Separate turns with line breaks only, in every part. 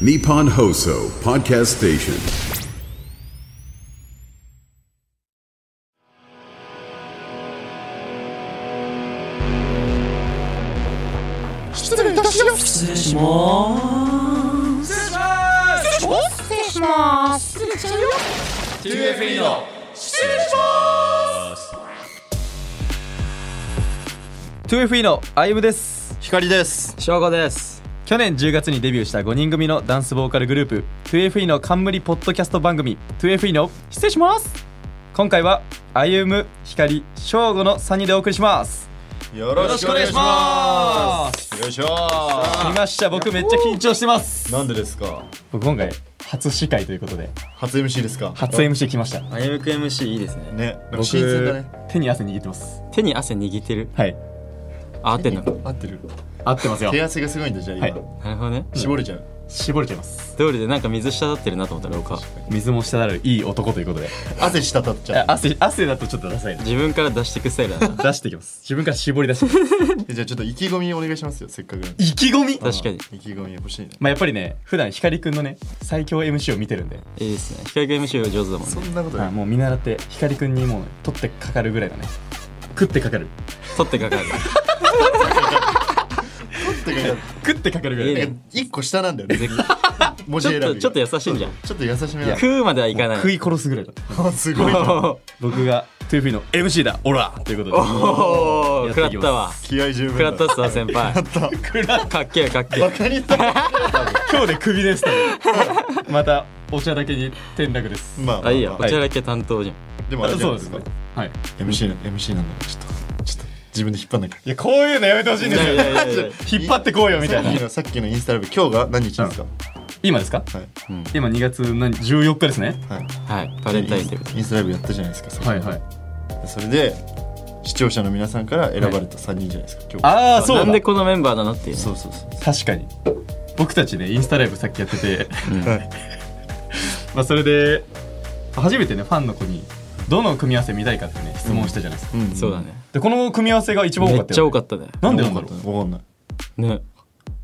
Nippon Hoso Podcast Station.
失礼いたします失礼します失礼します失礼します失礼しちゃうよ
TFE の
失礼しま
2FE のあゆむです
光です
翔吾です
去年10月にデビューした5人組のダンスボーカルグループ 2FE の冠ポッドキャスト番組 2FE の失礼します今回はあゆむひかりしょうごの3人でお送りします
よろしくお願いしますよいしょ
来ました僕めっちゃ緊張してます
なんでですか
僕今回初司会ということで
初 MC ですか
初 MC 来ました
あやむく MC いいですね
ねなんか
僕
シーズンだね
手に汗握ってます
手に汗握ってる
はい
あ合ってんの
合ってる
合ってますよ
手汗がすごいんだじゃあ今
は
なるほどね
絞れちゃう
絞れてます
通りでなんか水滴ってるなと思ったら僕は
水も滴るいい男ということで
汗したたっち
い
ゃ
や
う
汗汗だとちょっとダサいな
自分から出していくスタイルだ な
出してきます自分から絞り出してきます
じゃあちょっと意気込みお願いしますよせっかくなんで
意気込み
確かに
意気込み欲しいね
まあやっぱりね普段光くんのね最強 MC を見てるんで、
いいですね光く MC は上手だもん
そ
ね
んなこと
あ
ない
もう見習って光くんにもう取ってかかるぐらいのね食ってかかる
取って かかる
てか
食ってかかるぐらい
いい
の
ね
一個下なんだよね文字
ちょ
選
っ
びが
とちょっと優しいんじゃん
ちょっと優しめだ
食うまではいかない
食い殺すぐらいだ
あすごいな
僕が 2P の MC だオラということで
おお
やっ
食
て
らっ
いきます
たわ
気合十分
食らったっすわ
だ
先輩かっけえかっけ
バ
え
カにされ
今日でクビです多分またお茶だけに転落です
まあまま
あいいや
い
お茶だけ担当じゃん
でもあれじゃ
そ
な
う
い
で
です
すね
か
はい
MC な MC なんだよちょっとちょっと自分で引っ張んなきゃ
いやこういうのやめてほしいんで
い
す
やい
よ
やいやいや
引っ張ってこうよみたい
さっき
な
のさっきのインスタライブ今日が何日ですか、
今ですか
はい、
今2月何14日ですね
はい、
はいバレンタインデー
インスタライブやったじゃないですか
はいはい
それで視聴者の皆さんから選ばれた3人じゃないですか今日
ああそうだ
なんでこのメンバーだなっていうね
そうそうそう
確かに僕たちねインスタライブさっきやってて
はい
まあそれで初めてねファンの子にどの組み合わせ見たいかってね質問したじゃないですか、
うん
そうだね
でこの組み合わせが一番多
め
か
っ
った
ちゃ
よ、
多
ね、
かったね
なんでな
わ
ん
か
だろ
んな
う
いわかんない
ね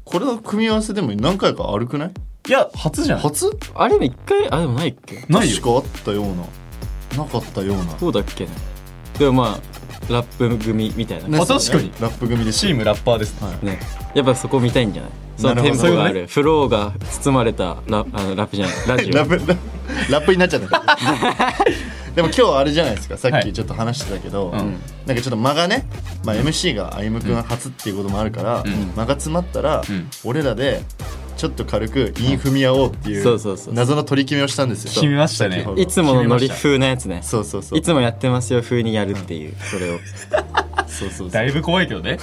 これの組み合わせでも何回かあるくない
いや初じゃん
初
あれ一回あでもないっけ
ない
確
よ
かあったようななかったような
そうだっけねでもまあラップ組みたいなね
あ確かに
ラップ組で
チームラッパーです
やっぱそこ見たいんじゃないその
なる
テ
ほ
ン
ど
ポがあ
そういう
るフローが包まれたラあのラップじゃないラジオ
ラップララップになっちゃった でも今日あれじゃないですかさっ
は
き
い
ちょっと話してたけど、
ん
なんかちょっと間がね、まあ、MC が歩夢君初っていうこともあるから、間が詰まったら、
ん
俺らでちょっと軽くイン踏み合おうってい
そうそうそう
う謎の取り決めをしたんですよ
決めましたね
先ほど
いつものノリ風なやつね
そうそうそう
いつもやってますよ風にやるっていうそれを
そうそうそう
だいぶ怖いけどね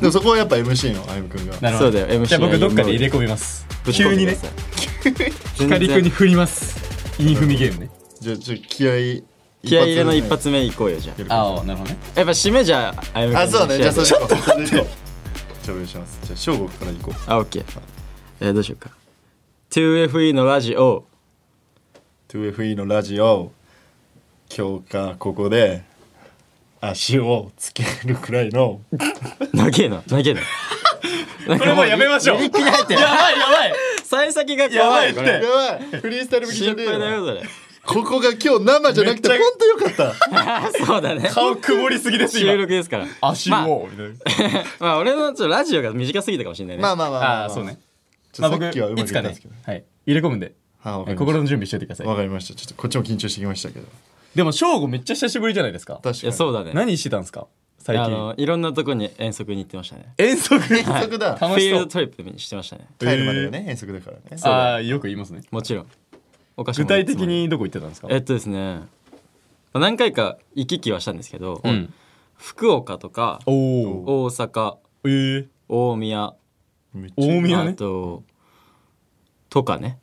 でもそこはやっぱ MC の歩夢君が
なるほど
そうだよ MC
じゃあ
が
僕どっかで入れ込みます
ぶち
急
込んで
に
く
ね
ださい
光くんに振りますインフミゲームね
じゃあちょっと気合い
気合い入れの一発目いこうよじゃあ
ああなるほどね
やっぱ締めじゃああやめ
あそうだねじゃあそれ
ちょ
っと待ってじゃあお願いしますじゃあ翔吾から行こう
あオッケーえーどうしようか 2FE のラジオ
2FE のラジオ今日かここで足をつけるくらいの
投げえな投げえなこ
これもうやめましょうやばいやば い
幸先が
やばいっ
こ
て
れ
やばいフリースタイル向きじゃね
心配
えよ
だよそれ
ここが今日生じゃなくて
め
ほ
っちゃ
んとよかった
あ そうだね
顔曇りすぎです
収
今
録ですから
足
まあ
もみたいな
まあ俺のちょっとラジオが短すぎたかもしれないね
まあまあまあまま
ああーそうね
ちょ
ま
っ
あ
と
僕
さっきはうま
い
く
つ
いった
か
んで
ね
すけど
はい入れ込むんで
はいわかりました
心の準備しておいてください
わかりましたちょっとこっちも緊張してきましたけど
でも翔吾めっちゃ久しぶりじゃないですか
確
い
か
や
に
そうだね
何してたんですか最
あ
近
のいろんなとこに遠足に行ってましたね
遠足
遠足だ、
フ
楽し そ
ィールド
う
トリップにしてましたね
帰るまでがね遠足だからね
ああよく言いますね
もちろんお菓子
具
も
体的にどこ行ってたんですか
えっとですねまあ何回か行き来はしたんですけど、
うん
福岡とか
おお
大阪
えー
大宮
めっちゃ
大宮
あ
ね
ととかね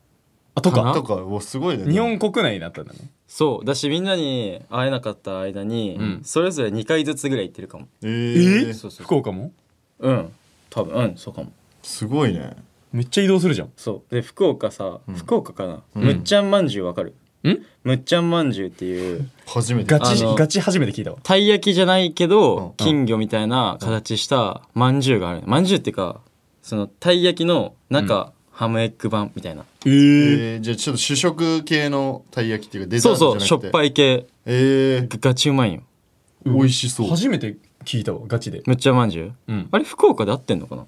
あと
かな
か
とかおすごいね
日本国内だったんだね
そうだしみんなに会えなかった間に、
ん
それぞれ2回ずつぐらい行ってるかも
え
え
ー、
そうそう
福岡も
うん多分うんそうかも
すごいね
めっちゃ移動するじゃん
そうで福岡さ、福岡かな、むっちゃんまんじゅうわかる
ん
むっちゃんまんじゅうっていう
初めて
ガチ
あの
ガチ初めて聞いたわ
たい焼きじゃないけど、
うん
金魚みたいな形したまんじゅうがあるまんじゅうっていうかそのたい焼きの中、ハムエッグ版みたいな
えーじゃあちょっと主食系のたい焼きっていうかデザ
そ
ー
うそ
ト
う
じゃ
しょ
な
っ
くて
ぱい系
えー、
がガチうまいんよ
美味しそう
初めて聞いたわガチで
むっちゃまんじゅう、
ん
あれ福岡で合ってんのかな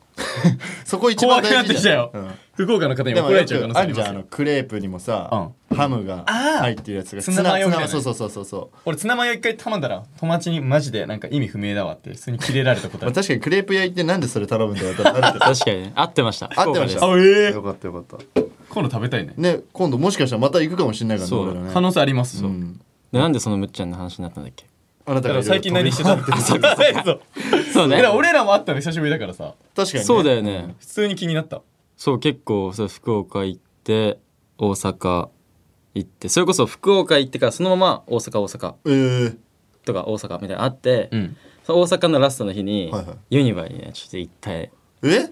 そこ一
怖
番
くな
大
って
事
き
じ
た
ゃん
よ、
うん
福岡の方に
で
怒
も
ら
よ
れちゃう可能
く
性
あ
あ
る
り
じ
ま
ゃん
す
あの
よ
クレープにもさ、ハムが
あー
入ってるやつが
ツナマヨみたいな
ツナそうそうそうそうそう
俺ツナマヨ一回頼んだら友達にマジでなんか意味不明だわって普通にキレられたことあ
ま
る
あ、確かにクレープ屋行ってなんでそれ頼むんだよってなるけど
確かにね合ってました
合ってました
福岡
あ ええ
よかったよかった
今度食べたいね
ね今度もしかしたらまた行くかもしれないからね
そう
俺らね
可能性ありますよ、
うん
ですでなんでそのむっちゃんの話になったんだっ け
あなた
だ
が
から最近何して
た
たのそうだ
そうね
から俺らも会ったの久しぶりだからさ
確かに、ね、
そうだよね
普通に気になった
そう結構そう福岡行って大阪行ってそれこそ福岡行ってからそのまま大阪大阪
えー、
とか大阪みたいなのあって、
ん
その大阪のラストの日に、
はいはい
ユニバにねちょっと一体
え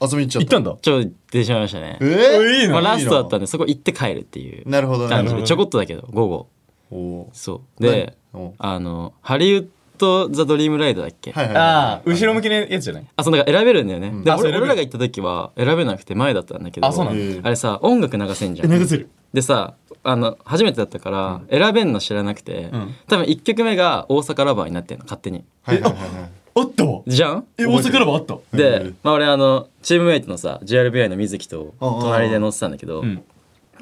遊びに行っちゃ
行
った
ったんだ
ちょっと出しまいましたね
え、ー、
いい
まあ、
な
ラストだったんでそこ行って帰るっていう
なるほどな
感
る
じ
ほ
で
ど
ちょこっとだけど午後
おー
そうで
何お
あのハリウッド・ザ・ドリーム・ライドだっけ、
はいはいはい
ああ後ろ向きのやつじゃない
あそうだから選べるんだよね、で
あそう選
俺
べる
俺らが行った時は選べなくて前だったんだけど
あそうなんだ
えー
あれさ音楽流せんじゃん
流せる
でさあの初めてだったから、選べんの知らなくて、
ん
多分1曲目が「大阪ラバー」になってんの勝手に
はいはいはいはい
あったわ
じゃん
え大阪ラバーあった
で、
うん
まあ、俺あのチームメイトのさ JRBI の水木と
うんうんうん
隣で乗ってたんだけど、
ん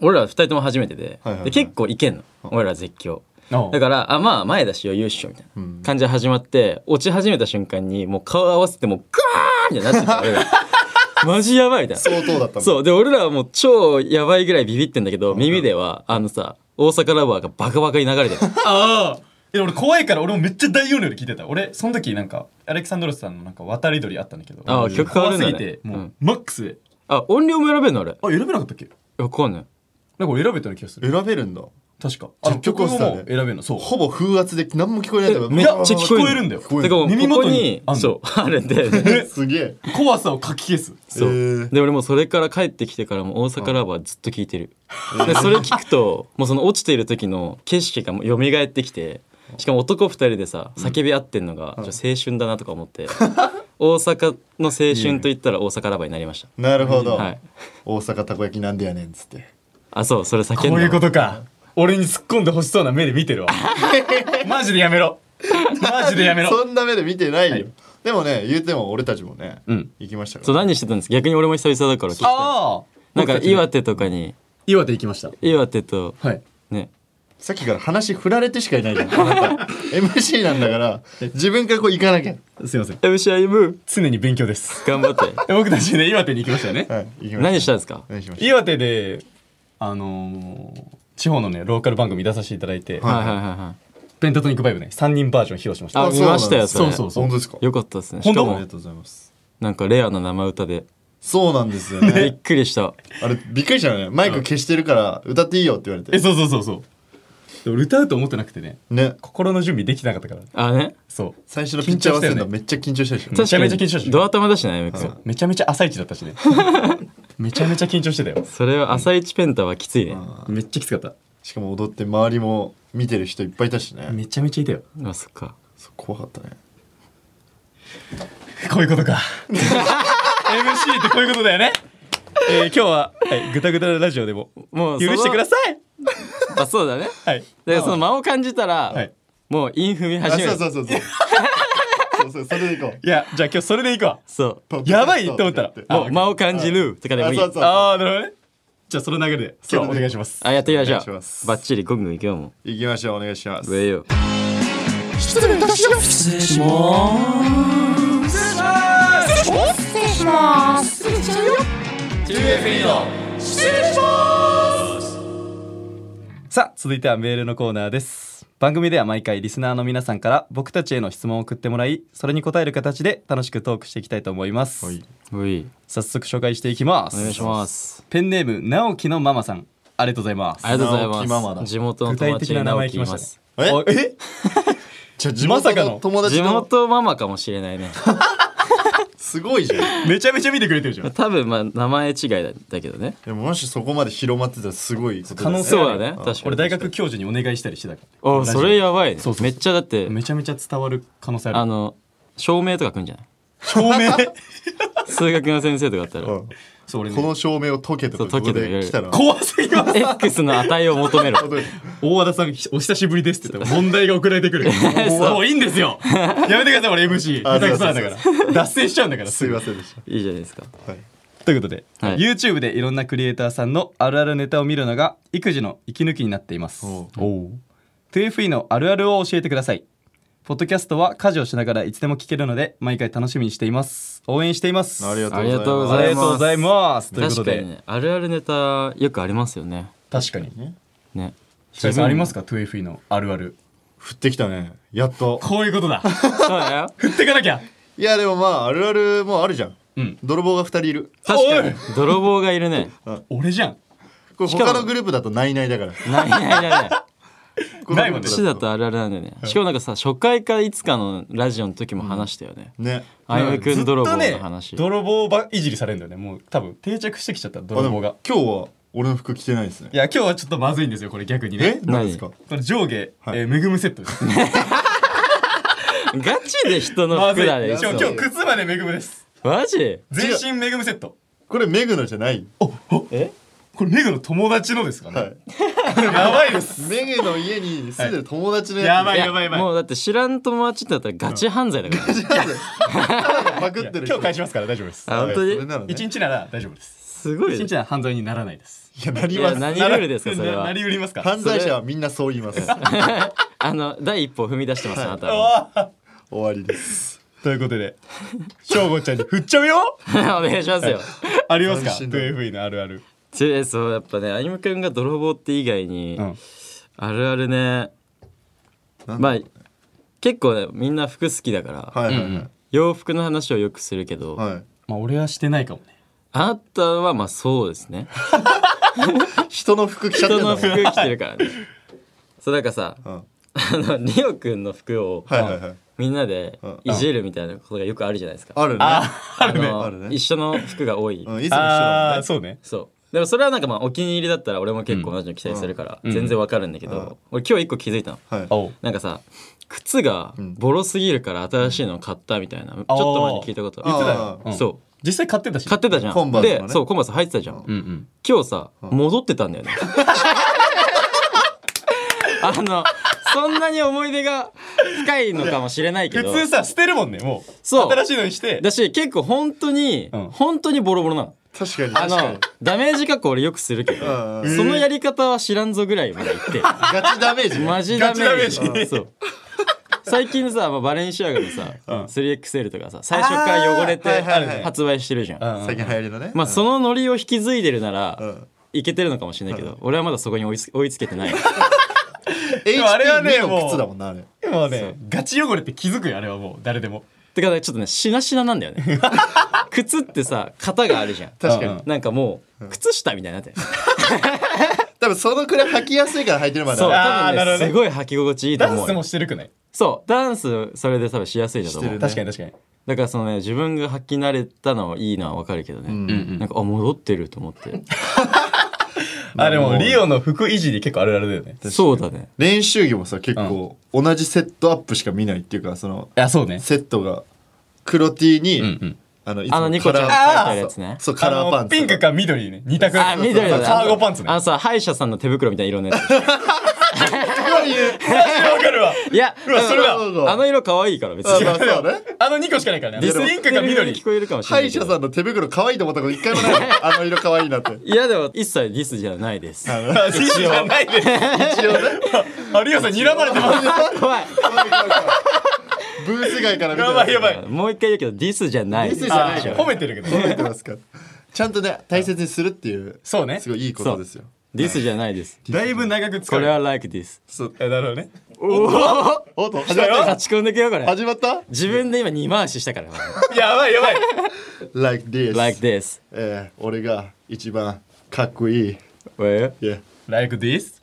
俺ら2人とも初めてで,、
はいはいはい
で結構いけんの俺ら絶叫
あ
だからあまあ前だし余裕っしょみたいな感じで始まって落ち始めた瞬間にもう顔合わせてもうグワーンみたいになってた俺らマジやばいみたいな
相当だったもん
そうで俺らはもう超やばいぐらいビビってんだけど耳ではあのさ大阪ラバーがバカバカに流れてる
ああいや俺怖いから俺もめっちゃ大容量で聞いてた俺その時なんかアレキサンドロスさんのなんか渡り鳥あったんだけど
あー曲変わるんだね
怖すぎてもう、
うん
マックスで
あ音量も選べんのあれ
あ選べなかったっけ
わかんない
なんか俺選べたような気がする
選べるんだ
確かあの
ジェッ
曲
トコー
も
スターで
選べるのそう
ほぼ風圧で何も聞こえないとか
めっちゃ聞こえ
聞
る
こえるんだよ
聞こえ
だからもう
耳
ここ
元
に
にあんの
そうあるんだよね
すげえ
怖さをかき消す
そう、
えー
で俺もうそれから帰ってきてからもう大阪ラバーずっと聞いてるでそれ聞くともうその落ちている時の景色がもう蘇ってきてしかも男2人でさ叫び合ってんのが、ちょっと青春だなとか思って大阪の青春と言ったら大阪ラバーになりました
なるほど、
はい
大阪たこ焼きなんでやねんっつって
あそうそれ叫んだ
こういうことか俺に突っ込んでほしそうな目で見て るわマジでやめろマジでやめろ
そんな目で見てないよ、でもね言うても俺たちもね、
ん
行きましたか
そう
ら
何してたんです逆に俺も久々だから聞きたい
ああ
なんか岩手とかに
岩手行きました
岩手と
はい
ね
さっきから話振られてしかいない じゃんあなた MC なんだから自分からこう行かなきゃ
すいません
MCIM
常に勉強です
頑張って
僕たちね岩手に行きましたよね
はい行きましょう
何したんですか
何しまし
岩手であのー地方のねローカル番組出させていただいて、
はいはいはいはい
ペンタトニックバイブね3人バージョン披露しました
あ
そう
見ました
なん
よ
だ
それ
そう
た本当ですか
よかったですねし
本当
か
あり
も
がとうございます
なんかレアな生歌で
そうなんですよ
びっ
ね
くりした
あれびっくりしたよねマイク消してるから歌っていいよって言われ
え
て
そうそうそうそうで俺歌うと思ってなくてね
ね
心の準備できてなかったから
あね
そう
最初のピッチャー合わせる
緊張した
の
よね
めっちゃ緊張したでしょ
めちゃめちゃ緊張した
確かにドア玉だしね MX
そうめちゃめちゃ朝一だったし ねめちゃめちゃ緊張してたよ
それは朝一ペンタはきついね
めっちゃきつかった
しかも踊って周りも見てる人いっぱいいたしね
めちゃめちゃいたよ
あそっか
そう怖かったね
こういう ことか MC ってこういうことだよね、えー今日は、はい、ぐたぐたなラジオでも
もう
許してくだ
さ
さい
いあそうだね
はい
でその間を感じたら
はい
もうイン踏み
あ
始め
そう
る
そうそうそうそうそうそれでいこう
いやじゃあ今日それでいくわ
そう
やばいと思ったら
もう間を感じるとかでもいい
あそうそう
ああなるほどねじゃあその流れで
そ
今
れ
日
で
お願いします
あやってみまし
お
ょ
願いし
う
ます
バッチリゴングンいくよも
行きましょうお願いします
う上よ
失礼いたします失礼します失礼します失礼します失礼します
さあ続いてはメールのコーナーです番組では毎回リスナーの皆さんから僕たちへの質問を送ってもらいそれに答える形で楽しくトークしていきたいと思います、
はい
おい
早速紹介していきます
お願いします
ペンネーム直樹のママさんありがとうございます
ありがとう
直樹
ござ
マ
い
マ
ま
だ
す地元の
具
友
体的
達
な
に
名
直
前
樹
来
い
ました
ま
ね
す
え
おえ
じゃあ地
まさか
元
の
の友達
地
の
元ママかもしれないね
すごいじゃん
めちゃめちゃ見てくれてるじゃん
多分まあ名前違いだだけどね
でももしそこまで広まってたらすごいことだ
可能性
そう
は
だね確かに
俺大学教授にお願いしたりしてたから
おそれやばいね
そうそうそう
めっちゃだって
めちゃめちゃ伝わる可能性あ
あ
る
の証明とか来んじゃない
証明
数学の先生とかだったら
うん
そう俺ね
この証明を解けとか
そう解けとか
ここで来たら
怖すぎます
X の値を求めろ
大和田さんひお久しぶりですって言ったら問題が送られてく るもういいんですよやめてください俺 MC 下
あ
手くそなんだか
そ
ら脱線しちゃうんだから
すいませんでし
いいじゃないですか
た、はい、
ということで、
はい
YouTube でいろんなクリエイターさんのあるあるネタを見るのが育児の息抜きになっています
おう
2FE のあるあるを教えてくださいポッドキャストは家事をしながらいつでも聞けるので毎回楽しみにしています応援しています
ありがとう
ありがとうご
あ
ざ
り
い
がとうご
ます
ざいますということ
確か
で
にねあるあるネタよくありますよね
確かに
ね
ひかりさんありますか 2FE のあるある
降ってきたねやっと
こういうことだ
そうだよ
振ってかなきゃ
いやでもまああるあるもあるじゃん、
うん
泥棒が2人いる
確かに泥棒がいるね
俺じゃん
これ
しかも
他のグループだとないないだから
ないない ないない
このグループ
ないもんね
市だとあるあるなんだよねしかもなんかさ初回かいつかのラジオの時も話したよね
ね
あゆむくん泥棒
ずっ
の
とね
話
泥棒ばいじりされるんだよねもう多分定着してきちゃった
あで
泥
も
棒
今
が
日は俺の服着てないですね
いや今日はちょっとまずいんですよこれ逆に
え
ね
何ですか
これ上下、
はい
えー、メグムセットです。
ガチで人の
まず
服
い。
だ
今
ね
日、今日靴までメグムです。
マジ
全身メグムセット。
これメグのじゃない
え
これメグの友達のですか
は
ね。
い
やばい です。
メグの家に住んでる友達のやつ、
やばいやばいやばい。
もうだって知らん友達ってなったらガチ犯罪だからね
パクってる
今日返しますから大丈夫です。
あ本当
それな
に
らね
一日なら大丈夫です。
すごい
一
ね
日なら犯罪にならないです。
いやなり
い
ま
や
す
何ルールですかそれ
な
は
なりうりますか。
犯罪者はみんなそう言います
あの第一歩を踏み出してますあなたは
あ
終わりです
ーということで、しょうごちゃんに振っちゃうよ。
お願いしますよ。
ありますか。
斬新だ
2FE のあるある。
強いそうやっぱねあゆむくんが泥棒って以外に、
うん
あるあるね
なんだ
まあ結構ねみんな服好きだから、
はいはいはい、
洋服の話をよくするけど、
はい
まあ俺はしてないかもね。
あなたはまあそうですね
人の服着ちゃって
人
んだも
の
ん
服着てるからねそうだからさ、
うん
あのリオくんの服を、
はいはいはい
みんなでいじるみたいなことがよくあるじゃないですか、
あるね
あ
ある
の
ね
一緒の服が多い、
うんいつも一緒
あ
だ
あ、そうね。
そうでもそれはなんかまあお気に入りだったら俺も結構同じの着たりするから、全然わかるんだけど、俺今日一個気づいたの、
もんねはい
おう
なんかさ靴がボロすぎるから新しいのを買ったみたいな、ちょっと前に聞いたこと
言ってた
あ
よ
ーそう
実際買ってたし。
買ってたじゃん
コンバースのね
でそうコンバース入ってたじゃん、
うんうん。
今日さ戻ってたんだ よねあのそんなに思い出が深いのかもしれないけ
普
ど
通さ捨てるもんねもう。
そう
新しいのにして。
だし結構本当に、
うん
本当にボロボロなの
確かに
あ
確かに
のダメージ加工俺よくするけど
うんうん
そのやり方は知らんぞぐらいまで言っ て
ガチダメージね
マジダメージ
ガチダメージ
そう最近さ、まあ、バレンシアガのさ、
ん
3XL とかさ最初から汚れ
あーは
て
いはいはい
発売してるじゃん、
うん
最近流行りのね
まあそのノリを引き継いでるなら、
ん
いけてるのかもしれないけど、俺はまだそこに追いつ 追いつけてない
HP
もあれはね
の
もう
靴だもんなあれ
もうね、ガチ汚れって気づくよ、あれはもう、誰でも。
てかねちょっとねしなしななんだ よね靴ってさ型があるじゃん
確か
うんう
に
ん
なんかもう靴下みたいになってる
多分そのくらい履きやすいから履いてるまで
そう
あ
あー
多分
なる
ね
ほどね
すごい履き心地いいと
ダ
思
ン
う
ス
よ
もしてるくない
そうダンスそれで多分しやすいんだと
し
思う、
てるね
確かに確かに。
だからそのね自分が履き慣れたのはいいのはわかるけどね、なんかあ戻ってると思って
あ、でも、リオの服維持に結構あるあるだよね。
そうだね
練習着もさ結構同じセットアップしか見ないっていうかその
いや、そうね。
セットが黒 T に、
うんうん。
あのい
あのニコちゃん
カラー
書いてあるやつね
そうそうカ
あ
ラーパン
の、
ツと
ピンクか緑ね、二択。
あ緑だね
カーゴパンツね。
あの
わ
さ歯医者さんの手袋みたいな色のや つ
かるわ。
いや
うわ、それだ。
そうそう
あの色可愛いから別
あ
に
まあそうね
あの二個しかないからね。
ディス
ピンクか緑。
聞こえるかもしれ
歯
ない
医
けど
者さんの手袋可愛いと思ったこと一回もない あの色可愛いなって
いやでも一切ディスじゃないで す
あディスじゃないで。
一応ね
あ、リオさん睨まれてます。
怖い
ブース外から見て
や
ます
ばいやばい。
もう一回言うけどディスじゃない
ディスじゃ
あ
ない
ー褒めてるけど
褒
ね。
めてますからちゃんとね大切にするっていう
そうね
す。ごいいいことですよ
ディスじゃないです
だいぶ長く使
こ
う。
れは like this
そう。あなるほどね。
おっと始まった
立ち込んでくよこれ
始まった
自分で今二回ししたから
やばいやばい。
Like this、
like this
えー俺が一番かっこいい、
え
Yeah
Like this?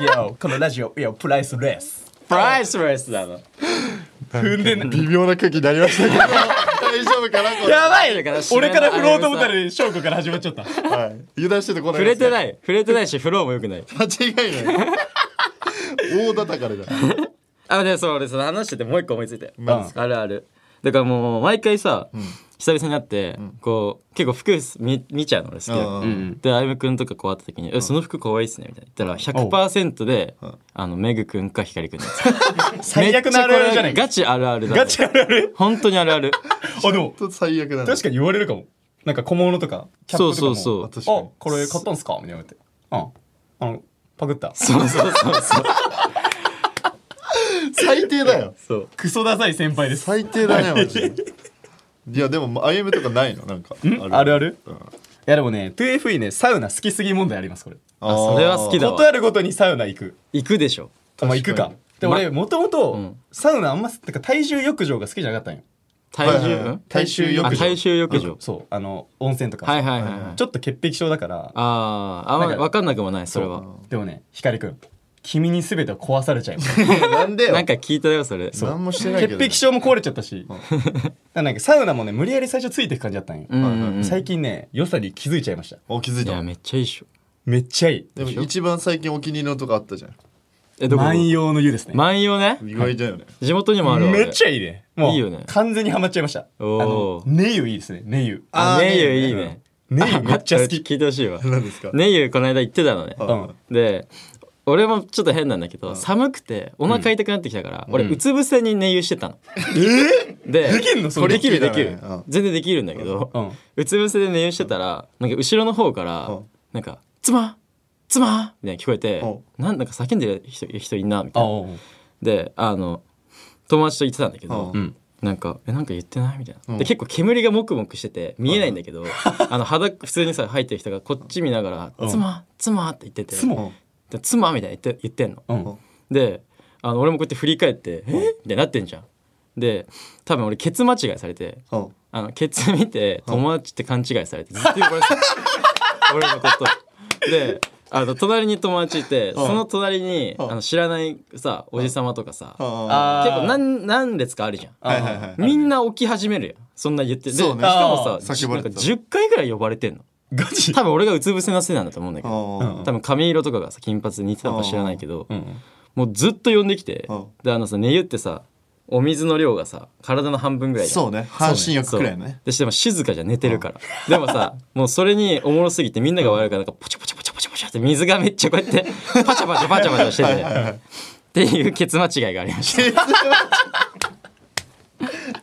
Yo, このラジオ、Yo, プライスレス。
プライスレスだの
踏んでない。
微妙な空気になりましたけど大丈夫かなこれ、
やばいだから
俺から振ろうと思った
あ
ら、翔子から始まっちゃった。
はい、油断しててこない
触れてないい触れてないしフローもよくない
間違いない大叩かれだ
あでそう俺その話しててもう一個思いついて
何です
あるあるだからもう毎回さ、久々に会って、こう結構服見見ちゃうの俺好きだから
うん
うんうん
で歩夢君とかこう会った時に「えその服可愛いっすね」みたいな言ったら100%で「あのメグ君か光君です」
最悪なあるあるじゃない
ガチあるあるだ
ガチあるある
本当にあるある
あでも
と最悪なんだ
確かに言われるかもなんか小物とかキャップとかも
そうそう
そう
あこれ買ったんすかみたいなってうんあのパクった
そうそうそうそう
最低だよ
そう
クソダサい先輩です
最低だねマジでいやでも歩夢とかないのなんか
あるある
うん
いやでもね 2FE ねサウナ好きすぎ問題ありますこれ
あそれは好きだわ
ことあるごとにサウナ行く
行くでしょ
まあ行く
か
か
に
で俺もともと
ん
サウナあんまなんか体重浴場が好きじゃなかったんよ
体重、
はいはいはい
ん
体臭浴
あ
場
大衆浴場
そうあの温泉とかさ
はいはいはいはい
ちょっと潔癖症だから
あーあんま
なんか
分かんなくもないそれは
でもね光くん君に全てを壊されちゃう
なんでよ
なんか聞いたよそれう
何もしてないけ
潔癖
ど
症も壊れちゃったしだ からなんかサウナもね無理やり最初ついていく感じだったんよ
んうんうん
最近ね良さに気づいちゃいました
お気づい
い
た
やめっちゃいいっしょ
めっちゃいい
でも一番最近お気に入りのとこあったじゃん
えどこ
万葉の湯ですね
万葉ね
意外だよね
地元にもあるわ
めっち
ゃ
ゃいいねもう
いいよね
完全にハマっちゃいましたあ
お
の
ー
ねゆいいですねねゆ
あねゆいい
うん
ね
ねゆめっちゃ好
あ
き
聞いてほしいわ
何ですか
ねゆこの間言ってたのね
うん
で俺もちょっと変なんだけど寒くてお腹痛くなってきたから俺うつ伏せに寝湯してたので
できんのそれ
できる
聞
で
いた
き
ね
る
うん
全然できるんだけ
う
ど
ん
うつ伏せで寝湯してたらなんか後ろの方から
うん
なんか「妻妻!」みたいな聞こえて
う
なんなんか叫んでる人人いんなみた
あ
いな
おう
であの友達と言ってたんだけど
うん
なんか「えなんか言ってない?」みたいな、
うん
で結構煙がもくもくしてて見えないんだけど、 あの肌普通にさ入ってる人がこっち見なが
う
ら
ん
「妻妻」って言ってて
妻
で妻みたいな言って言ってんの。
うん
であの俺もこうやって振り返って「えみたいになってんじゃん。で多分俺ケツ間違いされて
うん
あのケツ見て友達って勘違いされてずっと言われて た俺のこと。であの隣に友達いてその隣にあの知らないさおじさまとかさ結
あ
あー
構何何列かあるじゃん。
あはいはいはい
みんな起き始めるよそんな言ってで
そうね
しかも
あ
さ
ー
じ
叫ば
なん
れ
か
てた
10回ぐらい呼ばれ てんの
ガチ
多分俺がうつ伏せのせいなんだと思うんだけ
う
ど
ん
うん
多分髪色とかがさ金髪で似てたのか知らないけど
ん
もうずっと呼んできて
うん
であのさ寝湯ってさお水の量がさ体の半分ぐらいじゃん
そうね半身浴くらいのね
そうでしても静かじゃん寝てるからでもさもうそれにおもろすぎてみんなが笑うからなんかポチャポチャポチャポチャポチャって水がめっちゃこうやってパチャパチャパチャパチャしててっていうケツ間違いがありました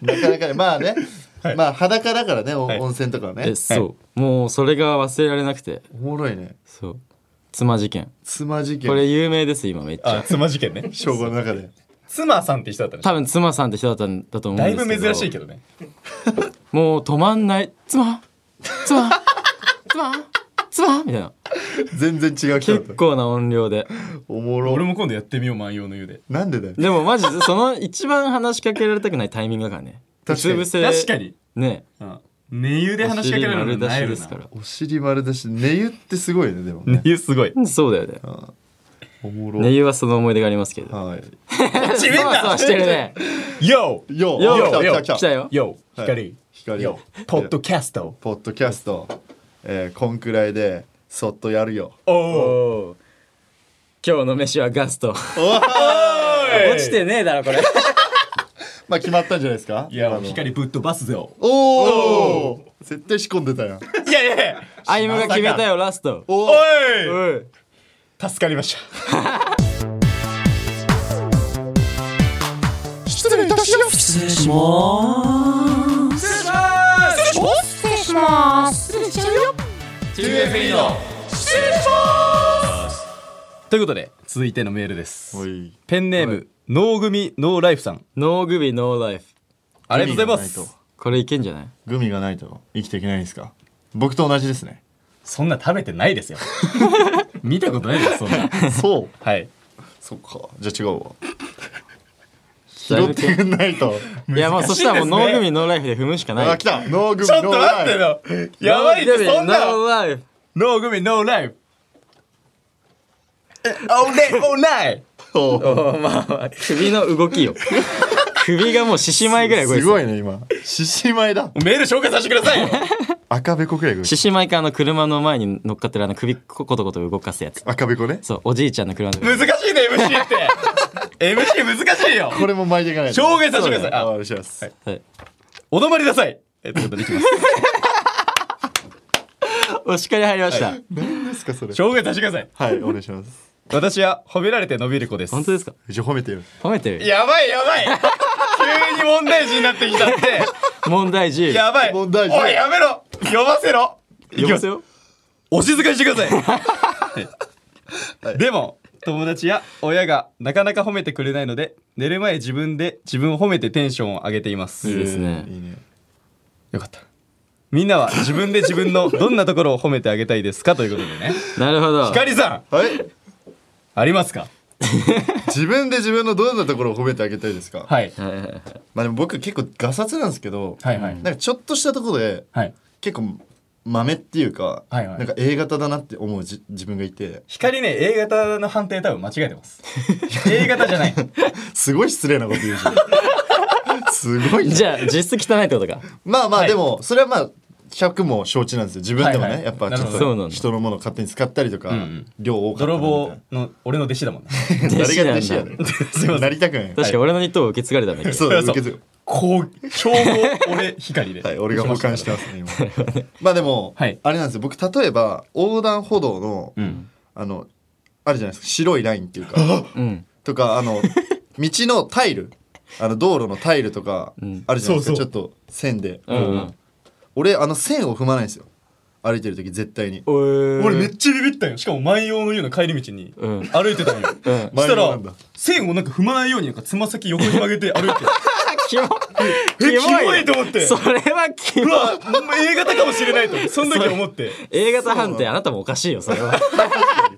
なかなかねまあね
はい
まあ裸だからねお
はい
温泉とかはね
えそうもうそれが忘れられなくて
おもろいね
そう妻事件
妻事件
これ有名です今めっち
あ
ゃ
妻事件ね
小5の中で
妻さんって人だったんでしょ
多分妻さんって人だったんだと思うん
だ
で
い
すけど
ぶ珍しいけどね
もう止まんない妻妻妻妻みたいな
全然違う人だっ
結
た
構な音量で
おも
俺
ろ
も今度やってみよう万葉の湯で
なんでだよ
でもマジでその一番話しかけられたくないタイミングだからねう
確かに
つ伏せ
確かに
ね
うん寝湯で話しかけられるのな
お尻丸
い
出
で
しです
す
か
からら
お尻丸出し寝湯ってすごいねでも
寝
ね
湯すごい
うんそうだよね
おもろ
寝湯はその思い出がありますけど
はい
ちめ
そ
ん
わそ
な
わして るね
YO!
よう
よう
来た
よう
来た
来たよ
YO!
はい
光
光
YO! ポッドキャスト
ポッドキャストえーこんくらいでそっとやるよ
おお
おー今日の飯はガスト
落
落ちてねえだろこれ
まあ決まったんじゃないですか
いや
今の
光ぶっ飛ばすぞ
おお絶対仕込んでたやん
いやいやいや
歩夢が決めたよラスト
お
お
お
い
おい
助かりました
失礼いたします。失礼します。失礼します。失礼します。失礼しちゃうよ。
2FE のということで続いてのメールです
い
ペンネームノー組ノーライフさん
ノーグビノーライフ
ありがとうございま
グミがない
す
これいけんじゃない
グミがないと生きていけないんですか僕と同じですね
そんな食べてない ですよ見たことないですそんな
そう
はい
そっかじゃあ違うわ拾ってくんないと
いやもうそしたらもうノーグミノーライフで踏むしかない
あ来たノーグミ
ちょっと
ノーライ
待って
フ
よやばいってそんな
ノーライフ
ノー組ノーライフオーレイオーライ
そう
おまあまあ首の 動きよ首がもう獅子舞ぐらい動いて
す
た
ごいね今獅子舞だ
メール紹介させてくださいよ
赤べこくらい動いて
獅
る
子舞かあの車の前に乗っかってるあの首コトコト動かすやつ
赤べこね
そうおじいちゃんの車の上
難しいね MC って MC 難しいよ
これも巻いていかないと
紹介させてください
あ
あ
お願いします
はい
お止まりなさいえっと、できます。
お叱り入りました、
何ですかそれ
証言出してください。
はいお願いします
私は褒められて伸びる子です。
本当ですか
じゃあ褒めてよ
褒めてる
やばいやばい急に問題児になってきたって。
問題児
やばい
問題児
おいやめろ読ませろ
いきますよ
お静かにしてください、でも友達や親がなかなか褒めてくれないので寝る前自分で自分を褒めてテンションを上げています、
いいですね
いいね
よかったみんなは自分で自分のどんなところを褒めてあげたいですかということでね
なるほど
ひかりさん
はい
ありますか
自分で自分のどんなところを褒めてあげたいですか、
はい
はいはいはい
まあでも僕結構ガサツなんですけど、
はいはい
なんかちょっとしたところで
はい
結構豆っていうか、
はいはい
なんか A 型だなって思うじ自分がいて
光ね A 型の判定多分間違えてます A 型じゃない
すごい失礼なこと言うし すごいね
じゃあ実質汚いってことか
まあま
は
あ
い
でもそれはまあ100も承知なんですよ自分でも
は
ね、
いはい
やっぱ
な
ち
る
ょ
ほ
っ
ど
そうな
と
んだ
人のものを勝手に使ったりとか、
んうん
量多かったな
泥
みたい
棒
な
の俺の弟子だもんね
誰が弟子や
弟
ね
子
んなりたくない
確かに俺の一等を受け継がれたんだけど、
そうだ受け継ぐ
こう称号俺光で
はい、俺が保管してますね今まあでも、
はい
あれなんですよ僕例えば横断歩道の、
ん
あのあるじゃないですか白いラインっていうか
うん
とかあの道のタイルあの道路のタイルとか
ん
あるじゃな
そ
いですか、
うそう
ちょっと線で、
うんうん
俺あの線を踏まないんですよ歩いてる時絶対に
俺めっちゃビビったんよしかも万葉の湯の帰り道に
うん
歩いてたんよ、
うん
した
万葉な
ら
んだ
線をなんか踏まないようになんかつま先横に曲げて歩い て
キモ
えキモ
よ
いと思って
それはキ
う
モ
わ A 型かもしれないとその時思って
A 型判定あなたもおかしいよそれは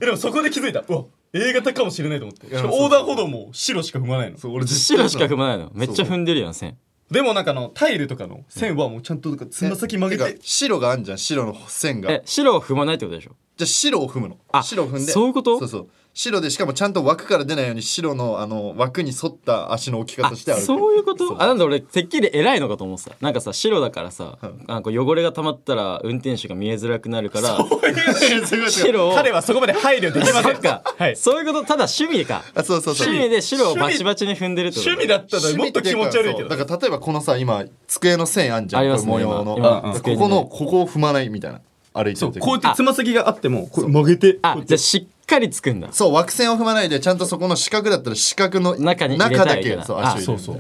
えでもそこで気づいたうわ A 型かもしれないと思ってしかも横断歩道も白しか踏まないの
そう俺絶対
白しか踏まないのめっちゃ踏んでるやん線
でもなんかあのタイルとかの線はもうちゃんとなんかつま先曲げ
て
て
か白があんじゃん白の線が
え白を踏まないってことでしょ
じゃあ白を踏むの
あ
白を踏んで
そういうこと
そうそう白でしかもちゃんと枠から出ないように白のあの枠に沿った足の置き方して
あ
歩く
そういうことあなんだ俺てっきり偉いのかと思ってたなんかさ白だからさ、なんか汚れが溜まったら運転手が見えづらくなるから白を
彼はそこまで配慮できませ
そ
ん
っか、
はい
そういうことただ趣味か
あそうそうそう
趣味で白をバチバチに踏んでるってこと
趣味だったらもっ
趣味
と
てい
気
うか
持ち悪いけど
そうだから例えばこのさ今机の線あんじゃん
ありますね
これ模様の
今
うん
今
こ
机にね
このここを踏まないみたいな歩いて
そ
る
う
時
こうやってつま先があってもこれ曲げて
あじゃあしっかりつくんだ
そう枠線を踏まないでちゃんとそこの四角だったら四角の
中に入れたい
中だ
みたい
け
な
そう足を
あ
入れる
そう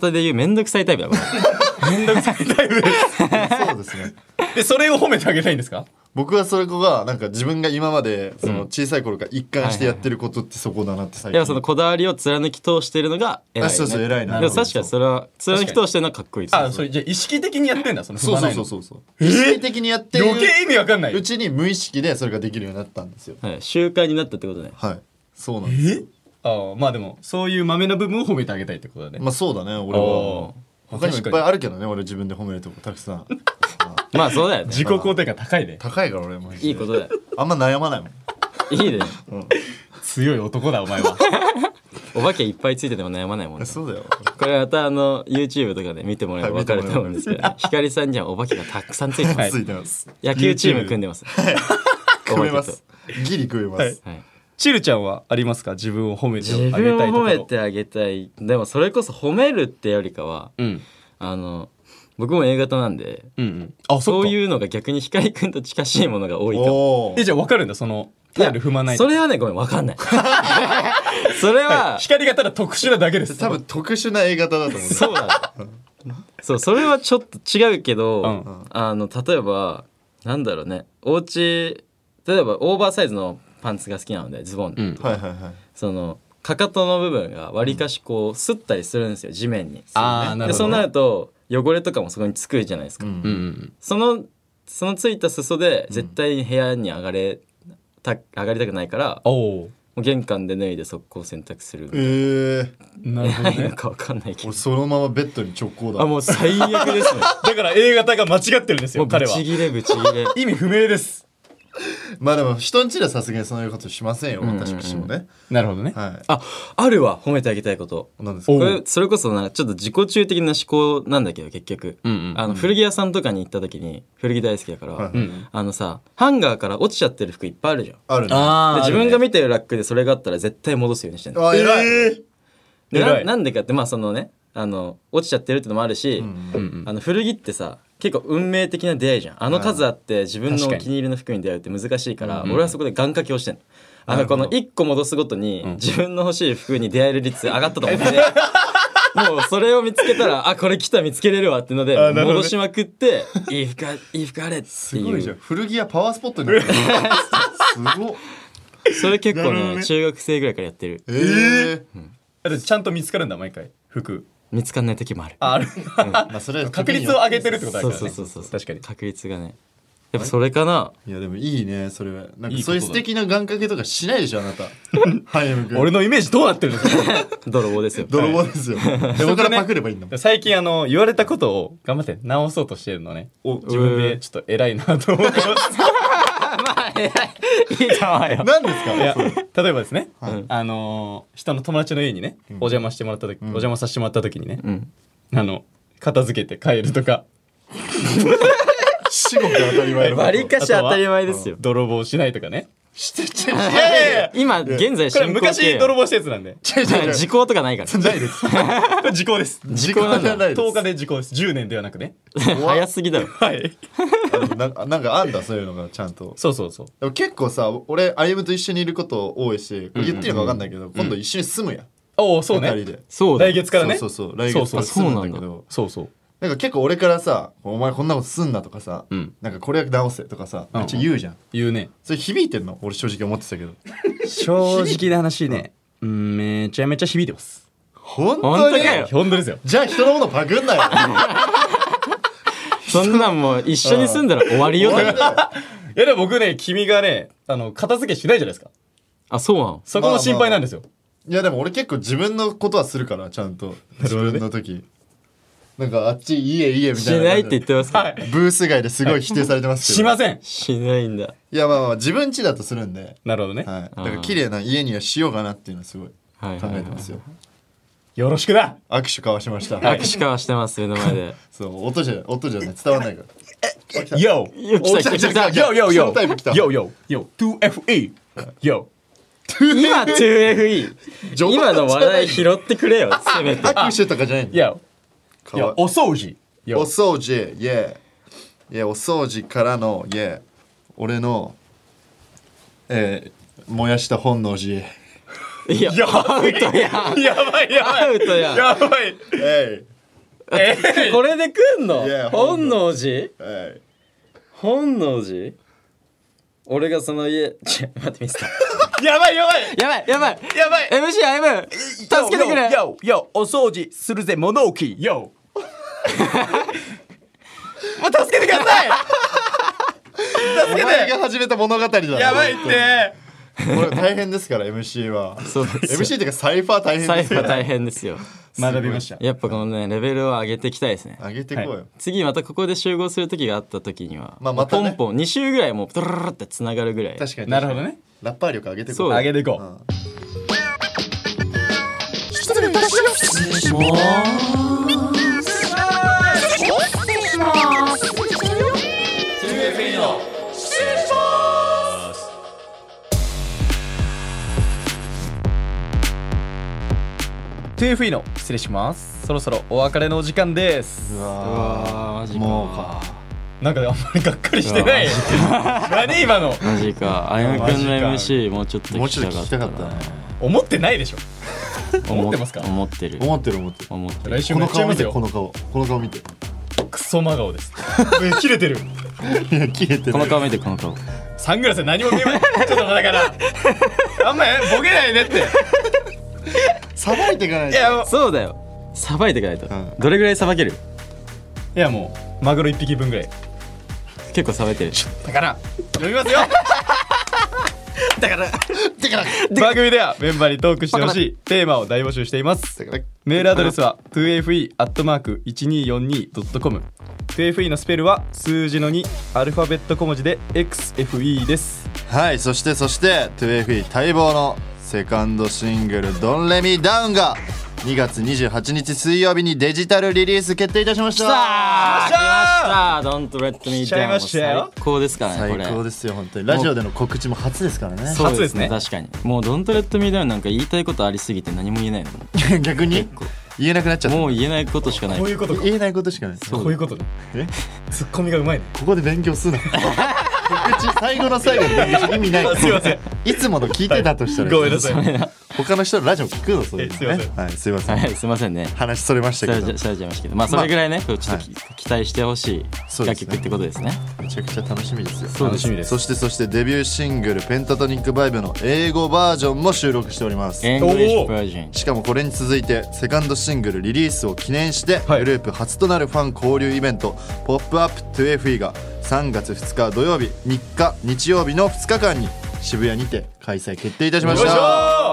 巷で言うめんどくさいタイプだこれ
そうですね
でそれを褒めてあげたいんですか
僕はそれがなんか自分が今までその小さい頃から一貫してやってることってそこだなって最近
やっぱそのこだわりを貫き通してるのが偉い、ね、
あそうそう偉いな
でも確かにそれは貫き通してるのはかっこいいですね
あそれじゃあ意識的にやってんだその踏
そう
ま
そ
な
う
い
そう
の
そうそう意識的にやってる
余計意味わかんないう
ちに無意識でそれができるようになったんですよ
はい、習慣になったってことね
はいそうなんですよ
ああまあでもそういう豆の部分を褒めてあげたいってことだね、
まあそうだね俺
お
は
ー
他にもいっ
確
ぱ
か
いあるけどね俺自分で褒めるとこたくさん
まあそうだよね
自己肯定が高いね
高いから俺もい
いいことだよ
あんま悩まないもん
いいね
強い男だお前は
お化けいっぱいついてても悩まないもんね
そうだよ
これまたあの YouTube とかで見てもらえば分かると思うんですけど、ひかりさんにはお化けがたくさんついてま
はい
す
ついてます
野球チーム組んでます
食えますギリ食えます
はい
チルちゃんはありますか自分を褒めて
自
あげたいと
分
こ
を褒
ろ
めてあげたいでもそれこそ褒めるってよりかは
うん
あの僕も A 型なんで
うんうんあそ
そ
っ
う
か
いうのが逆に光くんと近しいものが多いかも
おお
えじゃあわかるんだそのタイル踏まない
それはねごめん分かんないそれは
光がただ特殊なだけです
多分特殊な A 型だと思う
そうだ。そう、それはちょっと違うけど、
うん
あの、例えば、なんだろうね、お家、例えばオーバーサイズのパンツが好きなので、ズボン、
ん
はいはいはい
その、かかとの部分がわりかしこう、すったりするんですよ、地面に。
ああな
で、
るほ
そう
ど
なると、汚れとかもそこにつくじゃないですか。
うんうん
その、そのついた裾で、絶対に部屋に上がれ、た上がりたくないから、も
おお
う玄関で脱いで速攻洗濯する。
ええ
なるほど
ない
ね
のかわかんないけど
俺。そのままベッドに直行だ
あ、もう最悪ですね。
だから A 型が間違ってるんですよ
もうブ
彼は
チギレブチギレ。
意味不明です
まあでも人んちではさすがにそういうことしませんよ私もしもね
なるほどね
は
あ、あるわ、褒めてあげたいこと。
いなんですか
お
こ
う
れ、それこそな、ちょっと自己中的な思考なんだけど、結局。
うんうん
あの、古着屋さんとかに行った時に、古着大好きだから、
はい
うん
あのさ、ハンガーから落ちちゃってる服いっぱいあるじゃん。
あるね
で
あ
自分が見てるラックでそれがあったら絶対戻すようにしてるの
あ偉い
で
偉
ないなんでかってまあそのねあの落ちちゃってるってのもあるし、
うんうん
あの古着ってさ結構運命的な出会いじゃんあの数あって自分の
確
お
かに
気に入りの服に出会うって難しいから、
うんうん
俺はそこで願掛けをしてんの。あのこの1個戻すごとに自分の欲しい服に出会える率上がったと思ってもうそれを見つけたらあこれ来た見つけれるわってので
あなるほどね
戻しまくっていい服あいい服あれって
すごいじ
い
ゃん
う
古着屋パワースポットになってるすごっ
それ結構
なるほど
ね
ね
中学生ぐらいからやってる
えー
だってちゃんと見つかるんだ毎回服
見つかんない時もある
あある
まあそれ は
確率を上げてるってことだか
そう
らね
そうそうそう
確かに
確率がねやっぱそれかない
やでもいいねそれはなん
いいことだ
かそういう素敵な願掛けとかしないでしょあなたはいむくん
俺のイメージどうなってるんですか
泥棒ですよ
泥棒ですよで僕からパクればいいんだもん
最近あの言われたことを頑張って直そうとしてるのねお自分でちょっと偉いなと思ってます
まあ偉いいいじゃんお前は
何です か
いや例えばですね、
い
あの人の友達の家にねお邪魔してもらった時、お邪魔させてもらった時にね、
うん
あの片付けて帰るとか
死後が当たり前の
割りかし当たり前ですよ
泥棒しないとかね
してちゃいやいやい
今現在
これ
進行
昔
形
泥棒したやつなんで
や違う違う違う
時効とかないから
ないです
これ時効です
時効なん
じゃな
だ
いです
10日で時効です10年ではなくね
早すぎだろ
はい
あでもなんかなんかあんだそういうのがちゃんと
そうそうそう
でも結構さ俺歩夢と一緒にいること多いしこれ言ってるか分かんないけど今度一緒に住むやん
おおそうね
二人で
そうだ
来月からね
そうそうそう来月から住むんだけ
そう
ど
そうそう
なんか結構俺からさ「お前こんなことすんな」とかさ
ん
「なんかこれ直せ」とかさ
ん
めっちゃ言うじゃん
言うね
それ響いてんの俺正直思ってたけど
正直な話ね、うん、めちゃめちゃ響いてます。
本
本
当
当
に
かよ
本当ですよ。
じゃあ人のものパクんなよ
そんなんもう一緒に住んだら終わりよだから
いやでも僕ね、君がね、あの、片付けしないじゃないですか。
あそうなの
そこの心配なんですよ。
いやでも俺結構自分のことはするからちゃんと自分の時なんかあっちいいえいいえみ
した
いな
ないって言ってますか
は
ら
い。
ブース外ですごい否定されてますけど
しません。
しないんだ
いやまあまあ自分家だとするんで
なるほどね。
はい、だから綺麗な家にはしようかなっていうのはすごい考
はい
え
はいはい
てますよ、
よろしくだ。
握手交わしました
握手交わしてます目の前で
そう音じゃ音じゃね伝わんないから
YO!
よ来た来た来た
来た
よよ
ショー
よ
タイム来た
!YO よ !YO! 2FE! YO!
今 2FE
冗談じゃ
今
ない
の話題拾ってくれよ せめて
握手とかじゃないんだよ
YO! いや、お掃除 !YO!
お掃除イエーイエーお掃除からのイエー俺のえー、燃やした本能寺へ
いや
やばい
アウトやん
やばいや
アウトやん
やばい
えい
え
これで来んの
いや
本能寺
え
本能寺俺がその家 ちょ待ってミスった
ーやばいやばい
やばいやばい
やばい
MC アイム助けてくれ
!YO! YO! お掃除するぜ物置 !YO! もう助けてくだ さい
いお前が始めた物語だな
やばいって
これ大変ですから MC は
そうですよ
MC っていうかサイファー大変
サ
で
イ
す
フ
よ
は大変ですよ
学びました
やっぱこのねレベルを上げていきたいですね
上げてこうよ、
は
次またここで集合する時があった時には、
まあまたね
ポンポン2週ぐらいもうトゥルルルってつながるぐらい
確かに
なるほどね
ラッパー力上げてこ
そうう
上げていこうトゥーフィーの失礼しますそろそろお別れのお時間です
あマジ
もうか
なんかねあんまりがっかりしてない何今の
マジかあやむくん
マ
の
ジ
MC もうちょっと
もうちょ
聞
っと聞
き
き
た
た
か
か
っ
ったた
な
な
思ってないで しょ思ってますか
思ってる
思ってる思ってる
思ってる
来週
こ
め
の
っちゃい
顔
ま
見
す
て
よ
この顔この顔見て
クソ真顔です うん切れてる
いや消えてる
この顔見てこの顔
サングラスで何も見えない ちょっとだからあんまボケないねって
さばいていかない
い
と
やもう
そうだよさばいていかないと、
ん
どれぐらいさばける
いやもうマグロ一匹分ぐらい
結構さばいてる
だから読みますよ だから
だから
番組ではメンバーにトークしてほしいテーマを大募集しています
だから
メールアドレスは 2fe.1242.com 2fe のスペルは数字の2アルファベット小文字で XFE です
はいそしてそして 2FE 待望のセカンドシングル「ドンレミダウン」が2月28日水曜日にデジタルリリース決定いたしまし
来ま
た
した来ました Don't let me
来ちゃい
down
ましたよ
もう最高ですからね
最
これ
高ですよ本当にラジオでの告知も初ですからね
そう
初ですね
確かにもう Don't let me down なんか言いたいことありすぎて何も言えないの
逆に言えなくなっちゃった
もう言えないことしかない
こういうことか
言えないことしかない
こういうことね
え
ツッコミがうまいね
ここで勉強すな告知最後の最後で勉強し意味ない
すいません
いつもの聞いてたとしたら、
ごめんなさい
他の人のラジオ聞くのそれ、ね、
えすいません
はいすいません、
はいすいませんね
話それました
しゃ
け
れち
ど
ゃしゃれちゃいましたけどまあそれぐらいねこうちょっとき期待してほし
そ
いう
ですね
楽曲ってことですね
めちゃくちゃ楽しみですよ
う楽しみです
そしてそしてデビューシングル「ペンタトニックバイブ」の英語バージョンも収録しております
エングリッシュバージョン
しかもこれに続いてセカンドシングルリリースを記念して、
はい
グループ初となるファン交流イベント「ポップアップ2 f e が3月2日土曜日3日日曜日の2日間に渋谷にて開催決定いたしました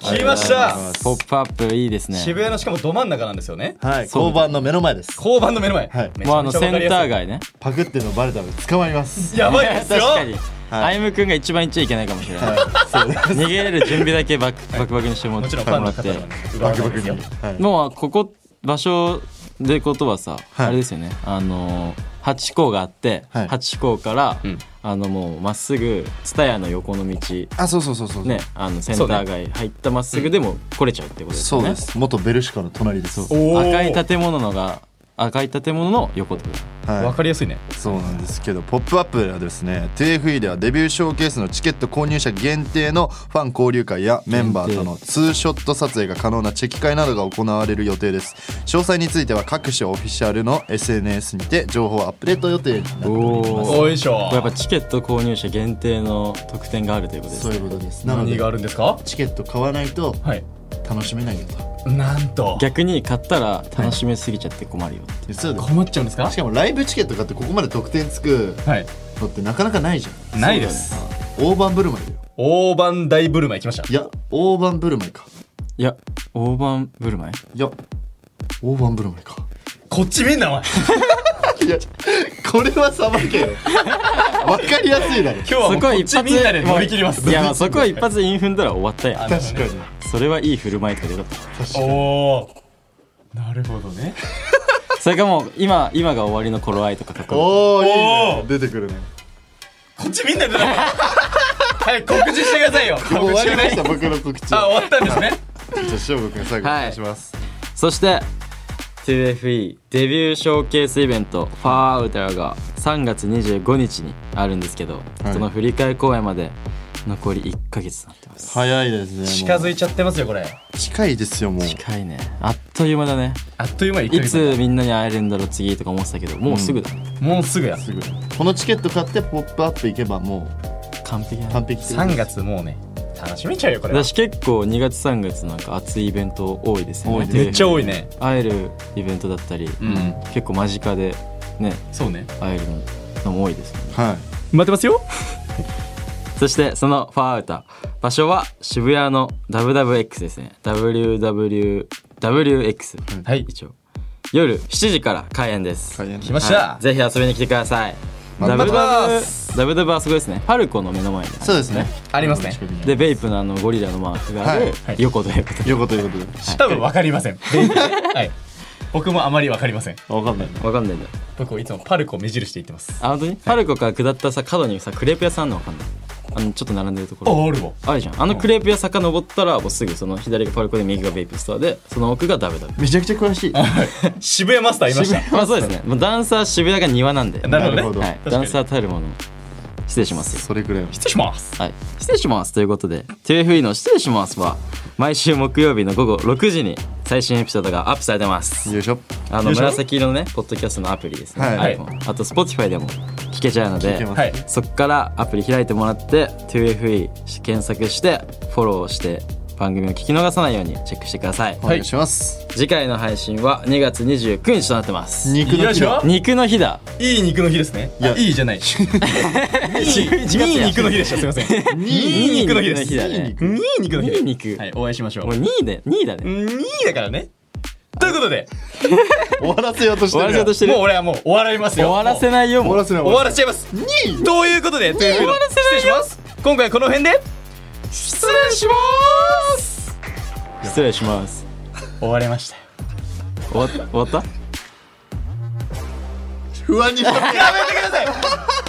聞きました
ポップアップいいですね
渋谷のしかもど真ん中なんですよね
はい
そう
交番の目の前です
交番の目の前
はい
めち
もうあ
ゃめ
の
ちゃ
セ
わ
ン
かりやす
タ
い
ー街ね
パクってんのバレたら捕まります
やばいで
確
すよ
かに
は
あ
い
ゆむくんが一番言っちゃいけないかもしれない
はいそうです
逃げれる準備だけバックバクバクにしてもら
も
っ
ち
て
ろんファンの方なんで奪
バ
わな
クバ
い
ク
です
に、
よ
はい、
もうここ場所でことはさ、
はい
あれですよねあの八甲があって、
はい
八甲から、あのもうまっすぐ蔦屋の横の道
あそうそうそうそう、
ねあのセンター街入ったまっすぐでも来れちゃうってことです
そ
よ
う
ね、
です元ベルシカの隣です
そう
おー
赤い建物のが赤い建物の横ってこと
はい
わかりやすいね
そうなんですけど「ポップアップではですね 2FE ではデビューショーケースのチケット購入者限定のファン交流会やメンバーとのツーショット撮影が可能なチェキ会などが行われる予定です詳細については各種オフィシャルの SNS にて情報アップデート予定になっております
おいしょ
やっぱチケット購入者限定の特典があるということです
そう
ね
いうことですなの
何
で
があるんですか
チケット買わないと
はい
楽しめないよと
なんと
逆に買ったら楽しめすぎちゃって困るよって
そうです
困っちゃうんですか
しかもライブチケット買ってここまで得点つく
はい
のってなかなかないじゃん
ないです
大盤振る舞いだよ
大盤大ブルマ行きました
いや大盤振る舞いか
いや大盤振る舞い
いや大盤振る舞いか
こっち見ん なお前
いや、これはさばけ よ。わかりやすいだろ。
今日はも
そうこ
こ
は
っ
一
ち
発
みんなで乗り切ります
いや まあそこは一発でインフンだら終わったや
あ
ん
のね
確かに。
それはいい振る舞いとかでよかっ
確かに。
おおなるほどね
たそれかもう今今が終わりの頃合いとかかっこいい
おー、いい
お
ね
ー。
出てくるね。
こっち見んなで はい告知してくださいよ
もう終わりました、
あ
僕の告知。じゃあ、
終わったんですね
勝負君、最後お願いします。
そして 2FE デビューショーケースイベント「ファーアウター」が3月25日にあるんですけど、
はい
その振り替え公演まで残り1ヶ月になってます
早いですね。もう
近づいちゃってますよこれ
近いですよ、もう。
近いねあっという間だね
あっという間に
いつみんなに会えるんだろう次とか思ってたけどもうすぐだ、
もうすぐや
すぐ。このチケット買って、ポップアップ行けば、も
完璧
う
だね
完璧。
3。月もうね楽しみちゃうよこれ
だし結構2月3月なんか熱いイベント多いですよね
めっちゃ
い
多いね
会えるイベントだったり、
ん
結構間近でね
そうね
会えるのも多いですよね
は
待ってますよ
そしてそのファーアウター場所は渋谷の WWX ですね WWWX
はい
一応夜7時から開演です、
い。
来ました
はいぜひ遊びに来てください
待って
ます
WW はそこですねファルコの目の前に
そうですね。
ありますね
でベイプのあのゴリラのマークがある、
はい
横ということで
よこということで。
多分わかりませんはい僕もあまりわかりません
わかんないな。
わかんないんだ
僕いつもパルコ目印で言ってます
あ本当にパルコから下ったさ角にさクレープ屋さんあんのわかんないあのちょっと並んでるところ
ああるわ
あるじゃんあのクレープ屋坂登ったらもうすぐその左がパルコで右がベイプスターでその奥がダブダブ
めちゃくちゃ詳しい。
渋谷マスターいました
まあ そうですねもうダンサー渋谷が庭なんで
なるほどね
なるほど
はい
確かに
ダンサーたるもの失礼しますよ
それくらいは。
失礼します
はい、失礼しますということで 2FE の「失礼します」は毎週木曜日の午後6時に最新エピソードがアップされてま す
よいしょ。
あの紫色のねポッドキャストのアプリですね、
はい
iPhone あと Spotify でも聞けちゃうの
い
で
けます
はい
そっからアプリ開いてもらって 2FE 検索してフォローして番組を聞き逃さないようにチェックしてください、
お願いします。
次回の配信は2月29日となってます
肉の
よい
日
し
だ
ょ
肉の日だ
いい肉の日ですね
いや
あいいじゃないいいいい肉の日でしたすいませんいい肉の日です
いい肉の日だね
いい肉の日
いい肉
はいお会いしましょう
もう2位で2位だね
2位だからねということで
終わらせようとして
終わ
る
ら
やん。
せようとしてる
もう俺はもう終わります
終
よ
わらせないよ
終
も
わ
う
らせない。
終わらせちゃいますということでというわけで失礼します今回はこの辺で失礼します
失礼します
終わりました
終わった終わった
不安にな ってる
やめてください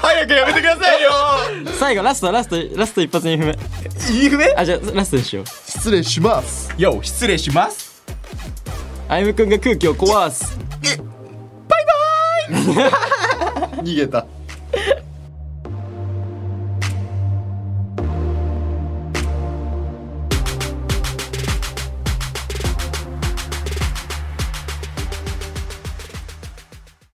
早くやめてくださいよ
最後ラストラストラスト一発2分目
いい不明
あじゃあラストにしよう
失礼します。
よう失礼します
あゆむくんが空気を壊す
逃げた